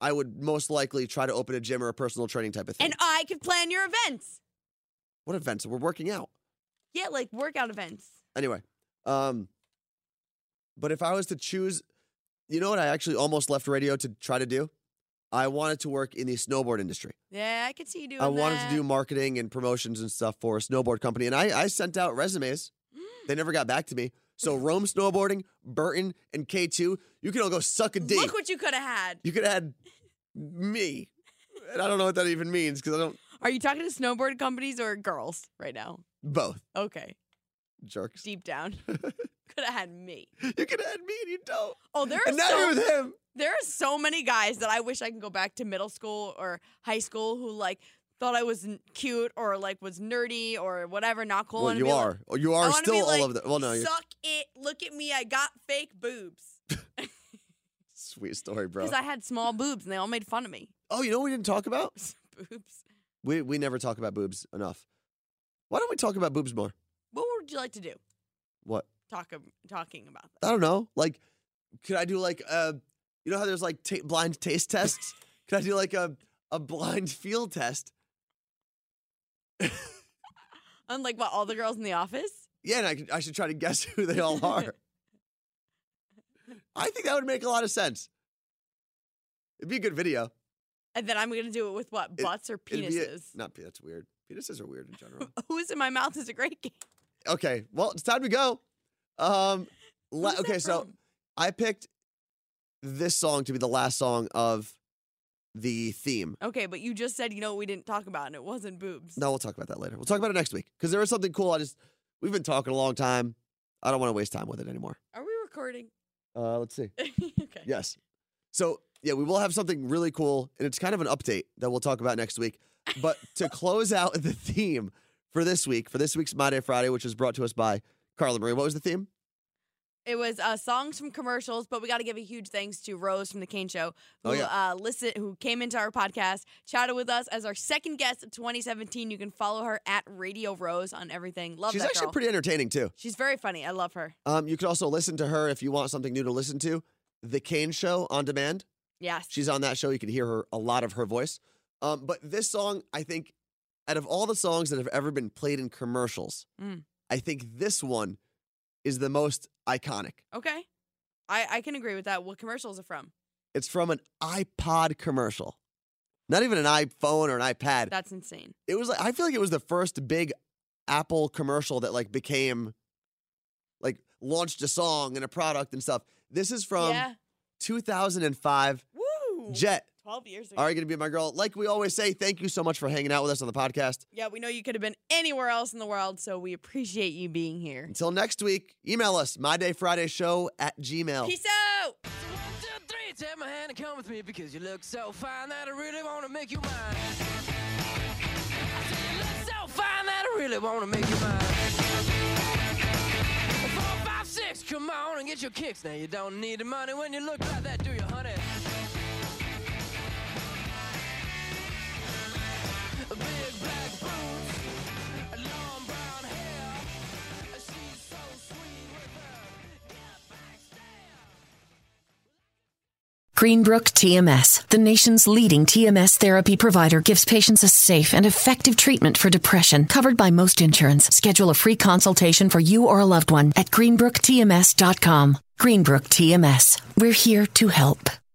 E: I would most likely try to open a gym or a personal training type of thing.
F: And I could plan your events.
E: what events? We're working out.
F: Yeah, like workout events.
E: Anyway, um, but if I was to choose, you know what I actually almost left radio to try to do? I wanted to work in the snowboard industry.
F: Yeah, I could see you doing
E: I wanted
F: that.
E: to do marketing and promotions and stuff for a snowboard company. And I, I sent out resumes. They
F: Mm.
E: never got back to me.
F: (laughs)
E: So Rome Snowboarding, Burton, and K2, you can all go suck a D.
F: Look what you could have had.
E: you could
F: (laughs)
E: add me. And I don't know what that even means because I don't
F: Are you talking to snowboard companies or girls right now?
E: both
F: Okay,
E: jerks.
F: deep down, (laughs) could have had me.
E: (laughs) You can add me and you don't.
F: Oh, there are
E: And now
F: so
E: you're with him.
F: There are so many guys that I wish I can go back to middle school or high school who like thought I was n- cute or like was nerdy or whatever, not cool.
E: Well,
F: and I'd
E: you
F: be like-
E: are. you
F: I
E: are
F: wanna be
E: still
F: like,
E: all of the. Well, no, you're
F: suck it. Look at me. I got fake boobs (laughs)
E: Sweet story, bro.
F: because I had small boobs and they all made fun of me. (laughs)
E: oh, you know what we didn't talk about?
F: boobs.
E: We we never talk about boobs enough. Why don't we talk about boobs more?
F: What would you like to do?
E: What?
F: Talk ab- talking about that.
E: I don't know. Like, could I do like uh you know how there's like ta blind taste
F: (laughs)
E: tests? could I do like a a blind feel test?
F: Unlike what all the girls in the office.
E: Yeah, and I could, I should try to guess (laughs) who they all are.
F: (laughs)
E: I think that would make a lot of sense. It'd be a good video.
F: And then I'm gonna do it with what
E: It-
F: butts or
E: It'd be a-
F: penises.
E: not pe- that's weird. Penises are weird in general.
F: (laughs) Who's in my mouth is a great (laughs) game.
E: okay, well it's time to go. Um, la-
F: Who's that
E: okay, so
F: from?
E: I picked this song to be the last song of the theme.
F: okay, but you just said you know what we didn't talk about and it wasn't boobs.
E: No, we'll talk about that later. We'll talk about it next week because there was something cool. I just we've been talking a long time. I don't want to waste time with it anymore.
F: Are we recording? (laughs)
E: Uh, let's see.
F: okay.
E: Yes. So yeah, we will have something really cool, and it's kind of an update that we'll talk about next week. But
F: (laughs)
E: to close out the theme for this week, for this week's My Day Friday, which is brought to us by Carla Marie. What was the theme?
F: It was uh, songs from commercials, but we got to give a huge thanks to Rose from the Kane Show, who
E: Oh, yeah.
F: uh, listen, who came into our podcast, chatted with us as our second guest of 2017. You can follow her at Radio Rose on everything. Love
E: She's
F: that
E: actually
F: girl.
E: pretty entertaining too.
F: She's very funny. I love her.
E: Um, you can also listen to her if you want something new to listen to. The Kane Show on demand.
F: Yes.
E: She's on that show. You can hear her a lot of her voice. Um, but this song, I think, out of all the songs that have ever been played in commercials,
F: Mm.
E: I think this one is the most iconic.
F: okay. I I can agree with that. What commercials are from?
E: It's from an iPod commercial, not even an iPhone or an iPad.
F: That's insane.
E: it was like I feel like it was the first big Apple commercial that like became like launched a song and a product and stuff. This is from
F: yeah.
E: 2005
F: Woo.
E: Jet
H: 12 years ago.
E: Are you going to be my girl? Like we always say, thank you so much for hanging out with us on the podcast.
H: Yeah, we know you could have been anywhere else in the world, so we appreciate you being here.
E: Until next week, email us, mydayfridayshow at gmail.
H: Peace out.
D: One, two, three, take my hand and come with me because you look so fine that I really wanna make you mine. I said you look so fine that I really wanna make you mine. Four, five, six, come on and get your kicks. Now you don't need the money when you look like that, do you, honey? Big black boots, long brown hair. She's so sweet with her. Get back,
A: Greenbrook TMS, the nation's leading TMS therapy provider, gives patients a safe and effective treatment for depression covered by most insurance. Schedule a free consultation for you or a loved one at greenbrooktms.com. Greenbrook TMS, we're here to help.